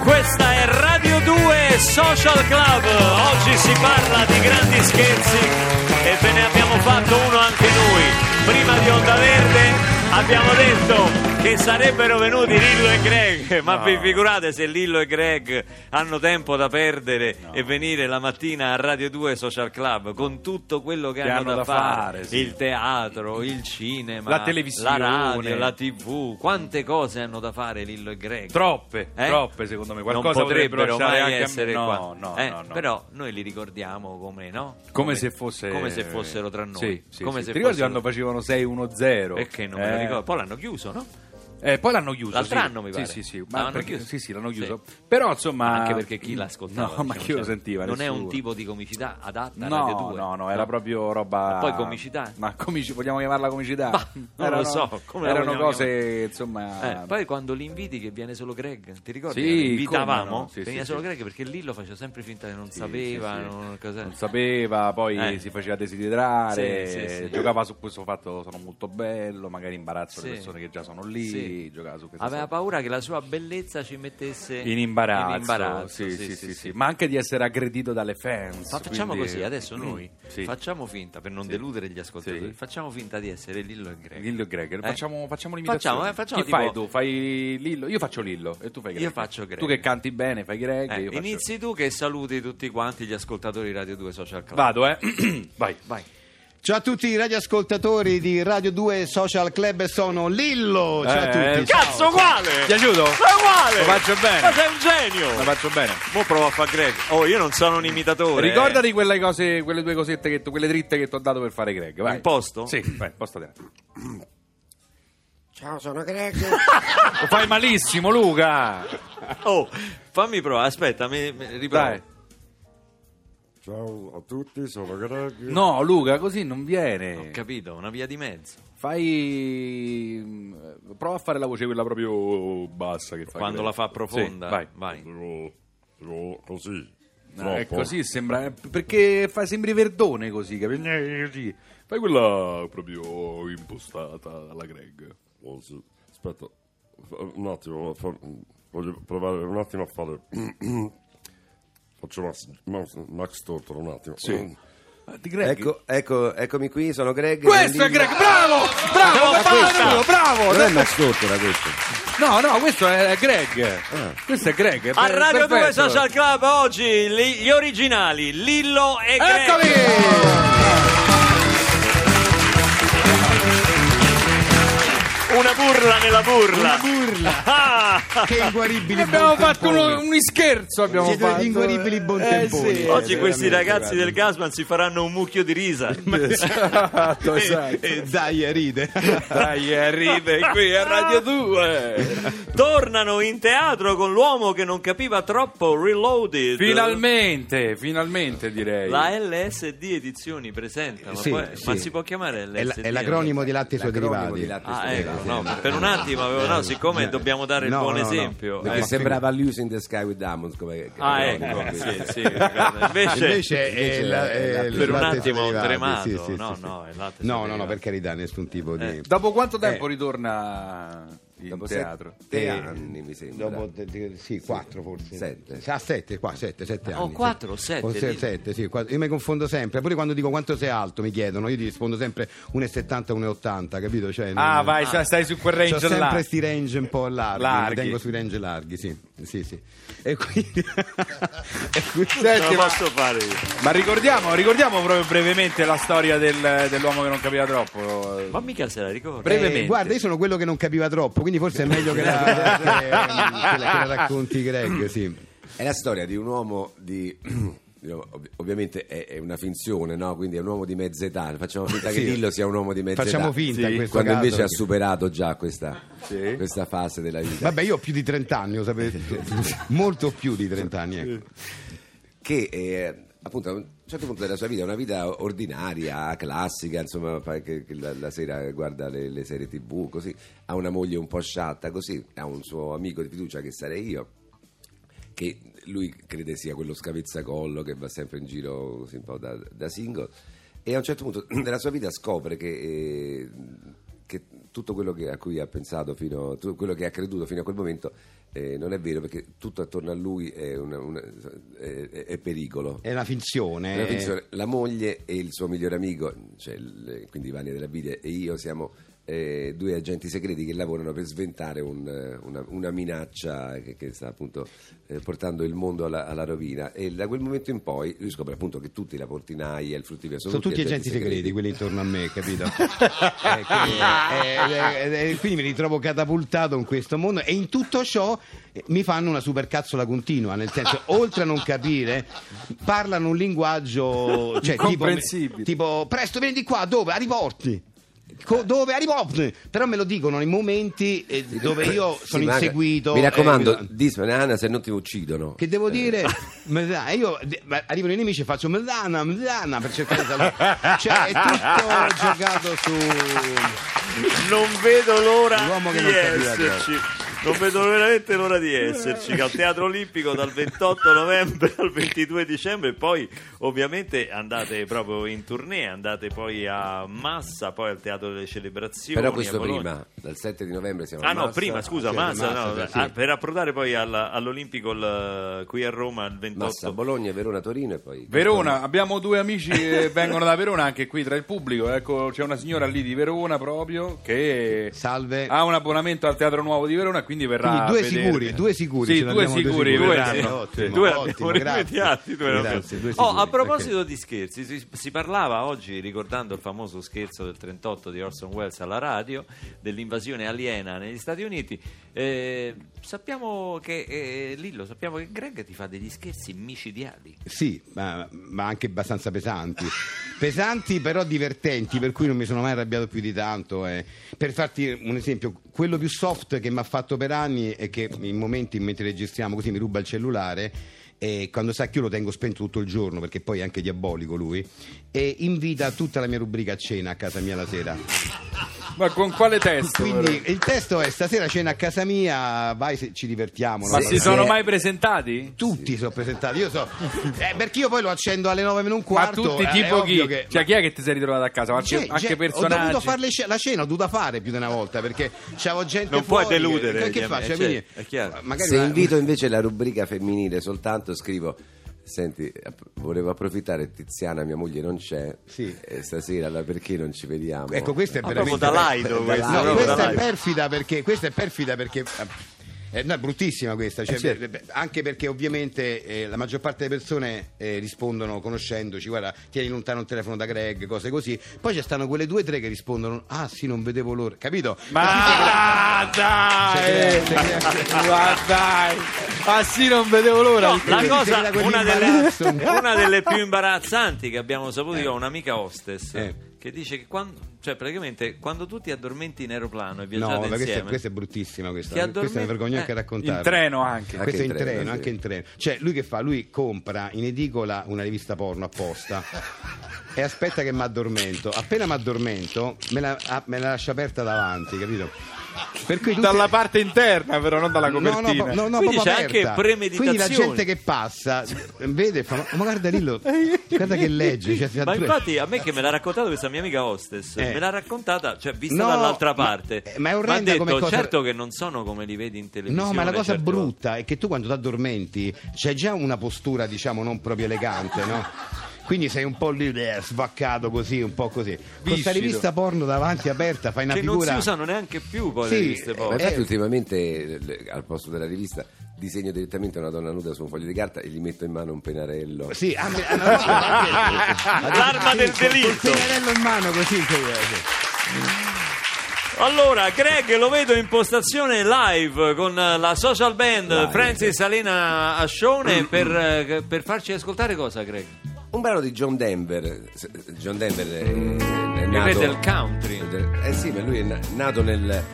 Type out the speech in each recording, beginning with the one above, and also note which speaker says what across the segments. Speaker 1: Questa è Radio 2 Social Club. Oggi si parla di grandi scherzi e ve ne abbiamo fatto uno anche noi. Prima di Onda Verde abbiamo detto che sarebbero venuti Lillo e Greg, ma
Speaker 2: No.
Speaker 1: vi figurate se Lillo e Greg hanno tempo da perdere e venire la mattina a Radio 2 Social Club con tutto quello che,
Speaker 2: Che hanno da fare, sì.
Speaker 1: il teatro, il cinema,
Speaker 2: La televisione.
Speaker 1: la radio, la TV, quante cose hanno da fare Lillo e Greg.
Speaker 2: Troppe,
Speaker 1: Eh?
Speaker 2: troppe secondo me. Qualcosa
Speaker 1: non potrebbero
Speaker 2: potrebbero
Speaker 1: mai
Speaker 2: lasciare anche a me.
Speaker 1: essere
Speaker 2: no,
Speaker 1: qua.
Speaker 2: No,
Speaker 1: Eh,
Speaker 2: no, no.
Speaker 1: Però noi li ricordiamo come, no?
Speaker 2: come, se fosse...
Speaker 1: Eh, come se fossero tra noi.
Speaker 2: Sì, sì,
Speaker 1: Come
Speaker 2: sì.
Speaker 1: se
Speaker 2: Ti ricordi
Speaker 1: fossero-
Speaker 2: quando facevano 6-1-0?
Speaker 1: Perché non me lo
Speaker 2: Eh.
Speaker 1: ricordo. Poi l'hanno chiuso, no?
Speaker 2: Eh, poi l'hanno chiuso.
Speaker 1: L'altro
Speaker 2: sì.
Speaker 1: anno, mi pare.
Speaker 2: Sì, sì, sì.
Speaker 1: No,
Speaker 2: Ma
Speaker 1: l'hanno
Speaker 2: perché-
Speaker 1: chiuso.
Speaker 2: sì, sì, l'hanno chiuso. Però insomma.
Speaker 1: Anche perché chi l'ascoltava?
Speaker 2: No, ma
Speaker 1: diciamo,
Speaker 2: chi lo
Speaker 1: cioè,
Speaker 2: sentiva?
Speaker 1: Non è un
Speaker 2: Nessuno.
Speaker 1: tipo di comicità adatta a Radio
Speaker 2: No,
Speaker 1: 2.
Speaker 2: no, no, era proprio roba.
Speaker 1: Ma poi comicità?
Speaker 2: Ma comici, vogliamo chiamarla comicità?
Speaker 1: Ma non lo so, come la
Speaker 2: erano
Speaker 1: vogliamo
Speaker 2: cose,
Speaker 1: chiamare?
Speaker 2: insomma.
Speaker 1: Eh, poi quando li inviti che viene solo Greg, ti ricordi?
Speaker 2: Sì,
Speaker 1: Che invitavamo,
Speaker 2: come no? Sì,
Speaker 1: veniva
Speaker 2: sì,
Speaker 1: solo
Speaker 2: sì.
Speaker 1: Greg perché lì lo faceva sempre finta che non
Speaker 2: Sì,
Speaker 1: sapeva,
Speaker 2: sì, sì.
Speaker 1: non, cos'è.
Speaker 2: Non sapeva, poi
Speaker 1: Eh.
Speaker 2: si faceva desiderare,
Speaker 1: Sì, sì, sì.
Speaker 2: giocava su questo fatto sono molto bello, magari imbarazzo
Speaker 1: Sì.
Speaker 2: le persone che già sono
Speaker 1: Sì.
Speaker 2: lì, giocava su questa
Speaker 1: Aveva
Speaker 2: sorta-
Speaker 1: paura che la sua bellezza ci mettesse
Speaker 2: in imbarazzo,
Speaker 1: in imbarazzo,
Speaker 2: sì, sì, sì, sì. ma anche di essere aggredito dalle fans.
Speaker 1: Fa- Facciamo
Speaker 2: quindi- mm,
Speaker 1: così, adesso noi
Speaker 2: Sì.
Speaker 1: facciamo finta, per non
Speaker 2: Sì.
Speaker 1: deludere gli ascoltatori,
Speaker 2: Sì.
Speaker 1: facciamo finta di essere Lillo e Greg.
Speaker 2: Lillo e Greg,
Speaker 1: Eh?
Speaker 2: facciamo, facciamo l'imitazione.
Speaker 1: Facciamo, eh, facciamo
Speaker 2: Chi
Speaker 1: tipo-
Speaker 2: fai tu? Fai Lillo? Io faccio Lillo e tu fai Greg.
Speaker 1: Io faccio Greg.
Speaker 2: Tu che canti bene, fai Greg.
Speaker 1: Eh,
Speaker 2: io faccio-
Speaker 1: inizi tu che saluti tutti quanti gli ascoltatori di Radio 2 Social Club.
Speaker 2: Vado, eh. Vai.
Speaker 1: Vai.
Speaker 3: Ciao a tutti i radioascoltatori di Radio 2 Social Club, sono Lillo. Ciao a
Speaker 2: Eh,
Speaker 3: tutti.
Speaker 2: ciao,
Speaker 1: Cazzo,
Speaker 2: ciao.
Speaker 1: uguale!
Speaker 2: Ti aiuto?
Speaker 1: Ma uguale!
Speaker 2: Lo faccio bene.
Speaker 1: Ma sei un genio!
Speaker 2: La faccio bene.
Speaker 1: Mo provo a fare Greg. Oh, io non sono un imitatore. eh.
Speaker 2: Ricordati quelle cose, quelle due cosette che tu, quelle dritte che ti ho dato per fare Greg, vai.
Speaker 1: Un posto?
Speaker 2: Sì, vai, posto te.
Speaker 4: Ciao, sono Greg.
Speaker 2: Lo fai malissimo, Luca.
Speaker 1: Oh, fammi provare, aspetta, mi, mi riprovo.
Speaker 2: Dai.
Speaker 4: Ciao a tutti, sono Greg.
Speaker 2: No, Luca, così non viene.
Speaker 1: Ho capito, una via di mezzo.
Speaker 2: Fai prova a fare la voce quella proprio bassa che fa
Speaker 1: Quando
Speaker 2: Greg.
Speaker 1: la fa profonda.
Speaker 2: Sì, vai.
Speaker 1: vai.
Speaker 4: così.
Speaker 2: No, è così sembra perché fa, sembri verdone così, capisci? Fai quella proprio impostata alla Greg.
Speaker 4: Così. Oh, Aspetta, fa- un attimo, fa- voglio provare un attimo a fare. Faccio Max, Max, Max Tortora un attimo. Mm.
Speaker 2: Sì. Ah, Di Greg.
Speaker 5: Ecco, ecco, eccomi qui, sono Greg.
Speaker 2: Questo è
Speaker 5: Grandin-
Speaker 2: Greg, bravo! Bravo,
Speaker 1: Ma questa-
Speaker 2: bravo, bravo!
Speaker 5: Non è Max Dottora questo.
Speaker 2: No, no, questo è Greg.
Speaker 5: Ah.
Speaker 2: Questo è Greg. è
Speaker 1: A
Speaker 3: Eh,
Speaker 2: per-
Speaker 1: Radio 2
Speaker 2: perfetto.
Speaker 1: Social Club oggi li- gli originali Lillo e Greg.
Speaker 2: Eccoli!
Speaker 1: Una burla nella burla.
Speaker 3: Burla,
Speaker 1: Ah!
Speaker 3: che inguaribili.
Speaker 2: Ne abbiamo
Speaker 3: buon
Speaker 2: fatto
Speaker 3: temponi.
Speaker 2: uno, un scherzo abbiamo
Speaker 3: Siete
Speaker 2: fatto.
Speaker 3: degli inguaribili buontemponi.
Speaker 2: sì.
Speaker 1: Oggi
Speaker 2: Eh,
Speaker 1: questi
Speaker 2: veramente,
Speaker 1: ragazzi
Speaker 2: guarda.
Speaker 1: del Gasman si faranno un mucchio di risa.
Speaker 2: Esatto, esatto.
Speaker 3: Eh, dai, ride.
Speaker 2: Dai, eh, ride qui a Radio 2.
Speaker 1: Tornano in teatro con l'uomo che non capiva troppo Reloaded.
Speaker 2: Finalmente, finalmente direi.
Speaker 1: La LSD Edizioni presenta, ma,
Speaker 3: Sì,
Speaker 1: poi-
Speaker 3: sì.
Speaker 1: ma si può chiamare LSD?
Speaker 3: È, la- è l'acronimo di latte e suoi
Speaker 5: L'acronimo
Speaker 3: derivati.
Speaker 5: di latte
Speaker 1: Ah,
Speaker 5: storico.
Speaker 1: ecco, no, per un attimo avevo, no, siccome dobbiamo dare il
Speaker 3: No,
Speaker 1: buon
Speaker 3: no, no.
Speaker 1: esempio.
Speaker 5: Perché
Speaker 1: eh,
Speaker 5: sembrava Lucy in the Sky with Diamonds come
Speaker 1: Ah,
Speaker 5: che-
Speaker 1: ecco,
Speaker 5: quindi-
Speaker 1: sì, sì, guarda, Invece,
Speaker 3: Ah, Invece è la- è il
Speaker 1: per un
Speaker 3: latte e
Speaker 1: attimo
Speaker 3: suoi
Speaker 1: ho tremato.
Speaker 3: derivati, sì, sì,
Speaker 1: no,
Speaker 3: sì,
Speaker 1: no, è il latte e suoi
Speaker 3: No, no, no,
Speaker 1: derivati. Eh,
Speaker 3: per carità, nessun tipo di...
Speaker 2: Dopo quanto tempo ritorna in
Speaker 5: Eh. Dopo
Speaker 2: teatro?
Speaker 5: sette
Speaker 3: Eh,
Speaker 5: anni mi sembra.
Speaker 3: Dopo, de- de- sì, quattro forse.
Speaker 5: Sette.
Speaker 3: Ah, sette, qua, sette, sette
Speaker 1: Oh,
Speaker 3: anni. sì.
Speaker 1: quattro, sette,
Speaker 3: O se-
Speaker 1: dici.
Speaker 3: sette, sì, quattro. Io mi confondo sempre, pure quando dico quanto sei alto mi chiedono, io ti rispondo sempre 1,70, 1,80, capito? Cioè,
Speaker 2: Ah,
Speaker 3: non-
Speaker 2: vai, sa- stai su quel range
Speaker 3: C'ho sempre
Speaker 2: là.
Speaker 3: questi range un po' larghi,
Speaker 2: Larghi.
Speaker 3: Mi tengo sui range larghi, sì, sì, sì. E quindi... e quindi-
Speaker 1: Ce
Speaker 2: Senti,
Speaker 1: la
Speaker 2: ma,
Speaker 1: posso fare io.
Speaker 2: ma ricordiamo, ricordiamo proprio brevemente la storia del- dell'uomo che non capiva troppo.
Speaker 1: Ma mica se la ricordo.
Speaker 2: Pre- brevemente.
Speaker 3: Eh, guarda, io sono quello che non capiva troppo, quindi forse è meglio che la, che- che la- che la racconti Greg, sì.
Speaker 5: È la storia di un uomo di io, ov- ovviamente è, è una finzione, no? quindi è un uomo di mezza età. Facciamo finta
Speaker 3: Sì.
Speaker 5: che Dillo sia un uomo di mezza
Speaker 3: Facciamo
Speaker 5: età.
Speaker 3: finta in questo
Speaker 5: Quando
Speaker 3: caso,
Speaker 5: invece ha
Speaker 3: perché-
Speaker 5: superato già questa,
Speaker 2: Sì.
Speaker 5: questa fase della vita.
Speaker 3: Vabbè, io ho più di 30 anni, lo
Speaker 5: Eh,
Speaker 3: sapete. Molto più di 30 anni, ecco.
Speaker 5: che eh, appunto a un certo punto della sua vita è una vita ordinaria, classica, insomma, fa che, che la, la sera guarda le, le serie tv, così, ha una moglie un po' sciatta, così, ha un suo amico di fiducia che sarei io, che lui crede sia quello scavezzacollo che va sempre in giro così un po' da, da single e a un certo punto della sua vita scopre che, eh, che tutto quello che- a cui ha pensato fino tu- quello che ha creduto fino a quel momento eh, non è vero perché tutto attorno a lui è, una- una- è- è- è pericolo
Speaker 3: È una finzione.
Speaker 5: la
Speaker 3: eh.
Speaker 5: finzione. La moglie e il suo migliore amico, cioè il- quindi Vania della Vide e io siamo eh, due agenti segreti che lavorano per sventare un, eh, una, una minaccia che, che sta appunto eh, portando il mondo alla, alla rovina. E da quel momento in poi lui scopre appunto che tutti la portinaia, il fruttivia sono,
Speaker 3: Sono tutti agenti segreti, quelli intorno a me, capito? Eh, che- eh, eh, eh, quindi mi ritrovo catapultato in questo mondo e in tutto ciò eh, mi fanno una supercazzola continua, nel senso, oltre a non capire, parlano un linguaggio cioè, tipo,
Speaker 2: Incomprensibile.
Speaker 3: tipo, presto vieni di qua, dove? A riporti. Co- dove A riporti. Però me lo dicono nei momenti eh, dove io
Speaker 5: Sì,
Speaker 3: sono
Speaker 5: ma-
Speaker 3: inseguito.
Speaker 5: Mi raccomando,
Speaker 3: eh,
Speaker 5: Dismanana se non ti uccidono.
Speaker 3: che devo dire? Mezzana. Io de- ma arrivano i nemici e faccio mezzana, mezzana per cercare di salvare. Cioè, è tutto giocato su.
Speaker 1: Non vedo l'ora
Speaker 3: L'uomo che
Speaker 1: di
Speaker 3: non capiva
Speaker 1: esserci. Non vedo veramente l'ora di esserci al Teatro Olimpico dal 28 novembre al 22 dicembre e poi ovviamente andate proprio in tournée, andate poi a Massa, poi al Teatro delle Celebrazioni.
Speaker 5: Però
Speaker 1: a
Speaker 5: questo
Speaker 1: Bologna.
Speaker 5: prima, dal 7 di novembre siamo
Speaker 1: Ah
Speaker 5: a
Speaker 1: no,
Speaker 5: Massa.
Speaker 1: prima scusa,
Speaker 3: sì,
Speaker 1: Massa,
Speaker 3: Massa,
Speaker 1: no,
Speaker 3: sì, sì.
Speaker 1: ah, per approdare poi alla- all'Olimpico il- qui a Roma il 28
Speaker 5: Massa, Bologna, Verona, Torino e poi...
Speaker 2: Verona, abbiamo due amici che vengono da Verona anche qui tra il pubblico. Ecco, c'è una signora lì di Verona proprio che
Speaker 3: Salve.
Speaker 2: ha un abbonamento al Teatro Nuovo di Verona, quindi verrà.
Speaker 3: Quindi due
Speaker 2: a vedervi.
Speaker 3: sicuri, due sicuri,
Speaker 2: Sì,
Speaker 3: ce
Speaker 2: due
Speaker 3: l'abbiamo due
Speaker 2: sicuri,
Speaker 3: sicuri,
Speaker 2: due
Speaker 3: verranno.
Speaker 2: sì.
Speaker 3: Eh, Ottimo,
Speaker 1: Due
Speaker 3: ottimo,
Speaker 1: abbiamo
Speaker 3: grazie.
Speaker 1: rimediati, due ne abbiamo-
Speaker 3: Grazie, due
Speaker 1: Oh,
Speaker 3: sicuri,
Speaker 1: a proposito di scherzi, si, si parlava oggi, ricordando il famoso scherzo del 38 di Orson Welles alla radio, dell'invasione aliena negli Stati Uniti. eh, sappiamo che, eh, Lillo, sappiamo che Greg ti fa degli scherzi micidiali.
Speaker 3: Sì, ma, ma anche abbastanza pesanti. Pesanti però divertenti, per cui non mi sono mai arrabbiato più di tanto. eh. Per farti un esempio, quello più soft che mi ha fatto per anni è che in momenti mentre registriamo così mi ruba il cellulare e quando sa che io lo tengo spento tutto il giorno perché poi è anche diabolico lui e invita tutta la mia rubrica a cena a casa mia la sera.
Speaker 2: Ma con quale testo?
Speaker 3: Quindi il testo è stasera cena a casa mia, vai se ci divertiamo.
Speaker 2: Ma
Speaker 3: no?
Speaker 2: si sono mai presentati?
Speaker 3: Tutti sono presentati, io so. Eh, perché io poi lo accendo alle 9 meno un quarto.
Speaker 2: Ma tutti
Speaker 3: eh, è
Speaker 2: tipo chi?
Speaker 3: ovvio che-
Speaker 2: Cioè, chi è che ti sei ritrovato a casa? Ma Anche,
Speaker 3: Cioè,
Speaker 2: anche
Speaker 3: cioè, Ho
Speaker 2: personaggi.
Speaker 3: dovuto fare le sce- la cena, ho dovuto fare più di una volta perché c'avevo gente
Speaker 1: Non puoi
Speaker 3: fuori che-
Speaker 1: deludere
Speaker 3: Che,
Speaker 1: gli
Speaker 3: che
Speaker 1: amici,
Speaker 3: faccio?
Speaker 1: eh,
Speaker 3: Quindi,
Speaker 1: certo, è chiaro.
Speaker 3: Magari
Speaker 5: Se
Speaker 3: una-
Speaker 5: invito invece la rubrica femminile soltanto scrivo Senti, app- volevo approfittare, Tiziana, mia moglie non c'è,
Speaker 3: Sì.
Speaker 5: eh, stasera allora perché non ci vediamo?
Speaker 3: Ecco, questa è
Speaker 1: Ma proprio
Speaker 3: veramente.
Speaker 1: da laido
Speaker 5: da
Speaker 1: questo.
Speaker 5: laido.
Speaker 3: No,
Speaker 1: proprio
Speaker 3: questa
Speaker 1: da
Speaker 3: è
Speaker 1: laido.
Speaker 3: perfida perché questa è perfida perché eh, no, è bruttissima questa, cioè, beh, beh, anche perché ovviamente eh, la maggior parte delle persone eh, rispondono conoscendoci, guarda, tieni lontano il telefono da Greg, cose così. Poi ci stanno quelle due o tre che rispondono, ah sì, non vedevo l'ora, capito? Cioè,
Speaker 2: Ma dai!
Speaker 3: C'è chi- c'è chi-
Speaker 2: Eh, Ma dai! Ah sì, non vedevo l'ora!
Speaker 1: No, la
Speaker 3: Perché
Speaker 1: cosa-
Speaker 3: c'era
Speaker 1: una, delle,
Speaker 3: quell'imbarazzo.
Speaker 1: una delle più imbarazzanti che abbiamo saputo, io ho un'amica hostess
Speaker 3: Eh.
Speaker 1: che dice che quando, cioè praticamente quando tu ti addormenti in aeroplano e
Speaker 3: No,
Speaker 1: viaggiate
Speaker 3: ma questa, è-
Speaker 1: insieme,
Speaker 3: questa è bruttissima questa.
Speaker 1: Chi addormenta-
Speaker 3: Questa è una vergogna anche
Speaker 1: eh,
Speaker 3: raccontare.
Speaker 2: In treno anche.
Speaker 3: Questo è in
Speaker 5: in treno,
Speaker 3: treno,
Speaker 5: sì.
Speaker 3: anche in treno. Cioè, lui che fa? Lui compra in edicola una rivista porno apposta e aspetta che mi addormento. Appena mi addormento, me la, ah, me la lascia aperta davanti, capito? Per cui tutte-
Speaker 2: Dalla parte interna, però, non dalla
Speaker 3: No, no,
Speaker 2: copertina.
Speaker 3: no, no,
Speaker 1: Quindi
Speaker 3: proprio
Speaker 1: c'è
Speaker 3: aperta.
Speaker 1: anche premeditazione.
Speaker 3: Quindi la gente che passa vede e fa: Ma guarda Lillo, guarda che legge. cioè, si
Speaker 1: Ma
Speaker 3: addormenta.
Speaker 1: infatti a me che me l'ha raccontata questa mia amica hostess,
Speaker 3: Eh.
Speaker 1: me l'ha raccontata, cioè vista
Speaker 3: No,
Speaker 1: dall'altra
Speaker 3: ma-
Speaker 1: parte.
Speaker 3: eh,
Speaker 1: Mi
Speaker 3: ma è
Speaker 1: ha
Speaker 3: orrenda
Speaker 1: detto,
Speaker 3: come cosa.
Speaker 1: certo che non sono come li vedi in televisione. certo."
Speaker 3: No, ma la cosa
Speaker 1: certe volte."
Speaker 3: brutta è che tu quando ti addormenti c'è già una postura, diciamo, non proprio elegante, no? Quindi sei un po' lì eh, svaccato così, un po' così. Con questa
Speaker 2: Viscido.
Speaker 3: rivista porno davanti aperta fai una
Speaker 1: Che Cioè, non
Speaker 3: figura.
Speaker 1: si usano neanche più poi le
Speaker 3: Sì,
Speaker 1: riviste
Speaker 3: eh,
Speaker 5: Ma
Speaker 1: porno.
Speaker 5: infatti
Speaker 3: Eh.
Speaker 5: ultimamente eh, le- al posto della rivista disegno direttamente una donna nuda su un foglio di carta e gli metto in mano un pennarello.
Speaker 3: Sì, ah, mi- ah, no, no, anche-
Speaker 1: L'arma
Speaker 3: sì,
Speaker 1: del
Speaker 3: col-
Speaker 1: delitto.
Speaker 3: Col pennarello in mano così. che-
Speaker 1: Allora, Greg lo vedo in postazione live con eh, la social band
Speaker 5: Live.
Speaker 1: Francis Alena Ascione per, eh, per farci ascoltare cosa, Greg?
Speaker 5: Un brano di John Denver. Se- John Denver è, è
Speaker 1: re
Speaker 5: nato...
Speaker 1: del country.
Speaker 5: Eh sì, ma lui è na- nato nel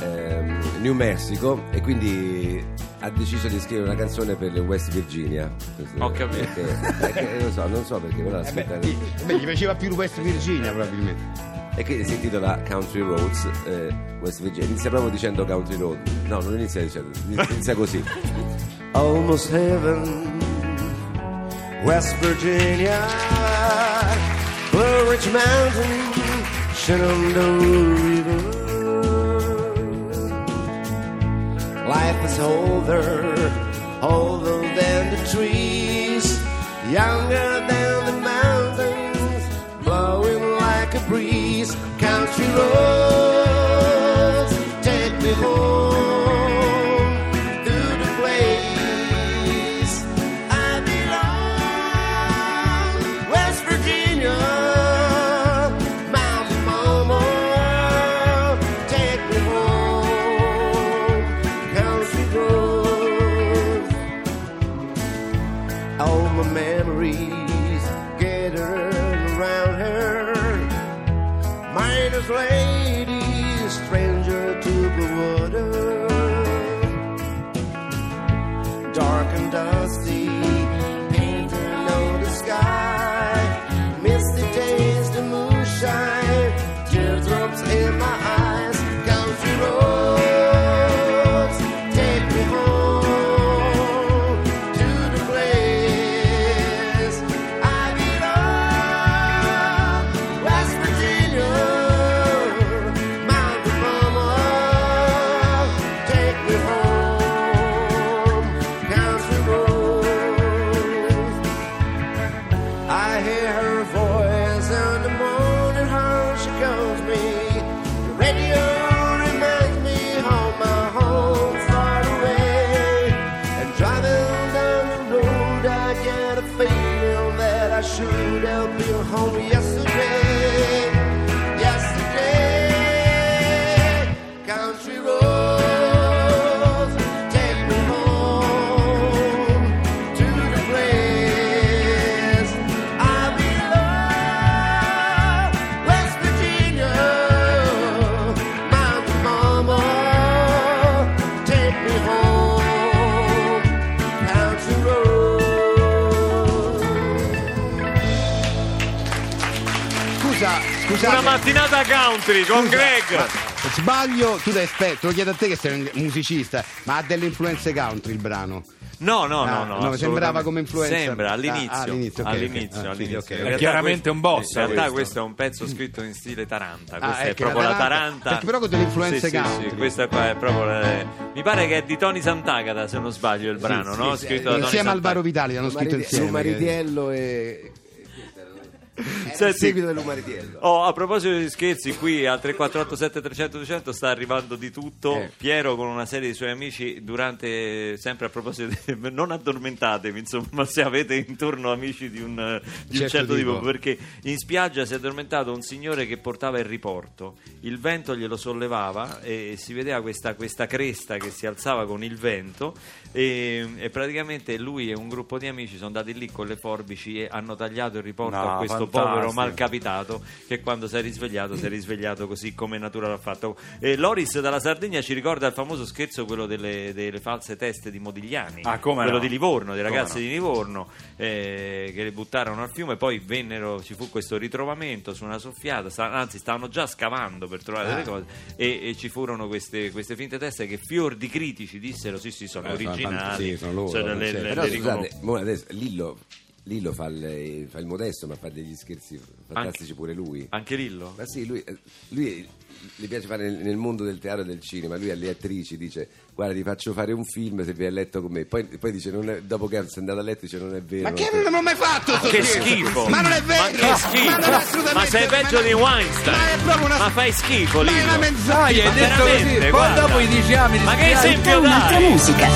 Speaker 5: ehm, New Mexico e quindi ha deciso di scrivere una canzone per West Virginia.
Speaker 1: Ho capito.
Speaker 5: Perché- perché- non, so, non so perché, però l'ha
Speaker 3: Eh beh,
Speaker 5: scritta
Speaker 3: gli, beh, gli piaceva più West Virginia probabilmente.
Speaker 5: E quindi si intitola Country Roads eh, West Virginia. Inizia proprio dicendo Country Road. No, non inizia dicendo, inizia così. Almost heaven, West Virginia, Blue Ridge Mountain, Shenandoah River. Life is older, older than the trees, younger than the mountains, blowing like a breeze. Country roads, take me home to the place I belong. West Virginia, my mama, take me home. Country roads. All my memories gathering around her. Miner's lady, stranger to the water. Dark and dusty, painting on the sky. Misty days, the moonshine, teardrops in my eyes. Country roads, take me home to the place I belong. West Virginia, Mountain Mama, take me home. Country roads. I hear her voice in the morning, how she calls me. The radio reminds me how my home's far away. And driving down the road, I get a feeling that I should have been home yesterday. Yesterday, country roads take me home to the place I belong. West Virginia, mountain mama, take me home, country roads.
Speaker 3: Scusa,
Speaker 1: Ah, Una
Speaker 3: scusa.
Speaker 1: mattinata country con Greg.
Speaker 3: Sbaglio, tu dai aspetta, lo chiedo a te che sei un musicista, ma ha delle influenze country il brano.
Speaker 1: No, no, no, no.
Speaker 3: Ah, no, sembrava
Speaker 1: assolutamente.
Speaker 3: come influenza.
Speaker 1: Sembra all'inizio.
Speaker 3: Ah,
Speaker 1: all'inizio,
Speaker 3: all'inizio, ok, ok. Ah, quindi,
Speaker 1: all'inizio.
Speaker 3: ok.
Speaker 1: In realtà
Speaker 2: Chiaramente un boss,
Speaker 1: In realtà questo.
Speaker 2: questo.
Speaker 1: è un pezzo scritto in stile Taranta. Questa
Speaker 3: Ah,
Speaker 1: è
Speaker 3: ecco,
Speaker 1: proprio la
Speaker 3: Taranta.
Speaker 1: Taranta.
Speaker 3: Perché però con delle
Speaker 1: sì,
Speaker 3: influenze
Speaker 1: sì,
Speaker 3: country.
Speaker 1: Sì, questa qua è proprio. la- Mi pare che è di Tony Santagata, se non sbaglio, il brano,
Speaker 5: sì,
Speaker 1: no?
Speaker 5: sì,
Speaker 1: scritto da Tony
Speaker 3: eh, Insieme a Alvaro
Speaker 1: Santagata.
Speaker 3: Vitali l'hanno scritto insieme.
Speaker 5: L'Umaritiello e... Era il
Speaker 1: Senti-
Speaker 5: seguito dell'Umaritiello.
Speaker 1: Oh, a proposito di scherzi, qui al 348-7300-200 sta arrivando di tutto.
Speaker 5: Eh.
Speaker 1: Piero con una serie di suoi amici, durante sempre a proposito, di, non addormentatevi, insomma, se avete intorno amici di un, di un certo,
Speaker 3: Certo
Speaker 1: tipo.
Speaker 3: tipo.
Speaker 1: perché in spiaggia si è addormentato un signore che portava il riporto. Il vento glielo sollevava e si vedeva questa, questa cresta che si alzava con il vento. E, e praticamente lui e un gruppo di amici sono andati lì con le forbici e hanno tagliato il riporto
Speaker 2: No,
Speaker 1: a questo
Speaker 2: fantastico.
Speaker 1: povero malcapitato capitato che quando si è risvegliato si è risvegliato così come natura l'ha fatto. E Loris dalla Sardegna ci ricorda il famoso scherzo quello delle, delle false teste di Modigliani,
Speaker 2: Ah, come
Speaker 1: quello
Speaker 2: no?
Speaker 1: di Livorno, dei
Speaker 2: Come
Speaker 1: ragazzi
Speaker 2: no?
Speaker 1: di Livorno eh, che le buttarono al fiume, poi vennero, ci fu questo ritrovamento su una soffiata, sta- anzi stavano già scavando per trovare delle cose e, e ci furono queste, queste finte teste che fior di critici dissero sì sì sono
Speaker 3: Eh, sono
Speaker 1: originali,
Speaker 3: fantasie, sono loro,
Speaker 1: cioè, le-
Speaker 3: certo.
Speaker 1: le-
Speaker 5: Però
Speaker 1: le ricom-
Speaker 5: scusate, mo adesso Lillo, Lillo fa, il, fa il modesto, ma fa degli scherzi fantastici pure lui.
Speaker 1: anche Lillo?
Speaker 5: Ma sì, lui, lui gli piace fare nel, nel mondo del teatro e del cinema. Lui alle attrici dice: Guarda, ti faccio fare un film se vieni a letto con me. Poi, poi dice: non è- Dopo che sei andato a letto, dice: Non è vero.
Speaker 3: Ma che
Speaker 5: non
Speaker 3: non l'ho mai fatto sto
Speaker 1: Ah, Che
Speaker 3: scherzo.
Speaker 1: schifo!
Speaker 3: Ma non è vero!
Speaker 1: Ma che schifo!
Speaker 3: Ma, non è assolutamente-
Speaker 1: Ma sei peggio
Speaker 3: ma-
Speaker 1: di Weinstein!
Speaker 3: Ma è proprio una
Speaker 1: Ma fai schifo lì!
Speaker 3: Ma è una menzogna!
Speaker 2: hai detto
Speaker 1: veramente,
Speaker 2: così, poi
Speaker 1: guarda.
Speaker 2: dopo gli dici ah mi
Speaker 1: Ma che
Speaker 2: dispiace.
Speaker 1: esempio
Speaker 6: Un'altra
Speaker 1: dai!
Speaker 6: musica.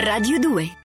Speaker 6: Radio 2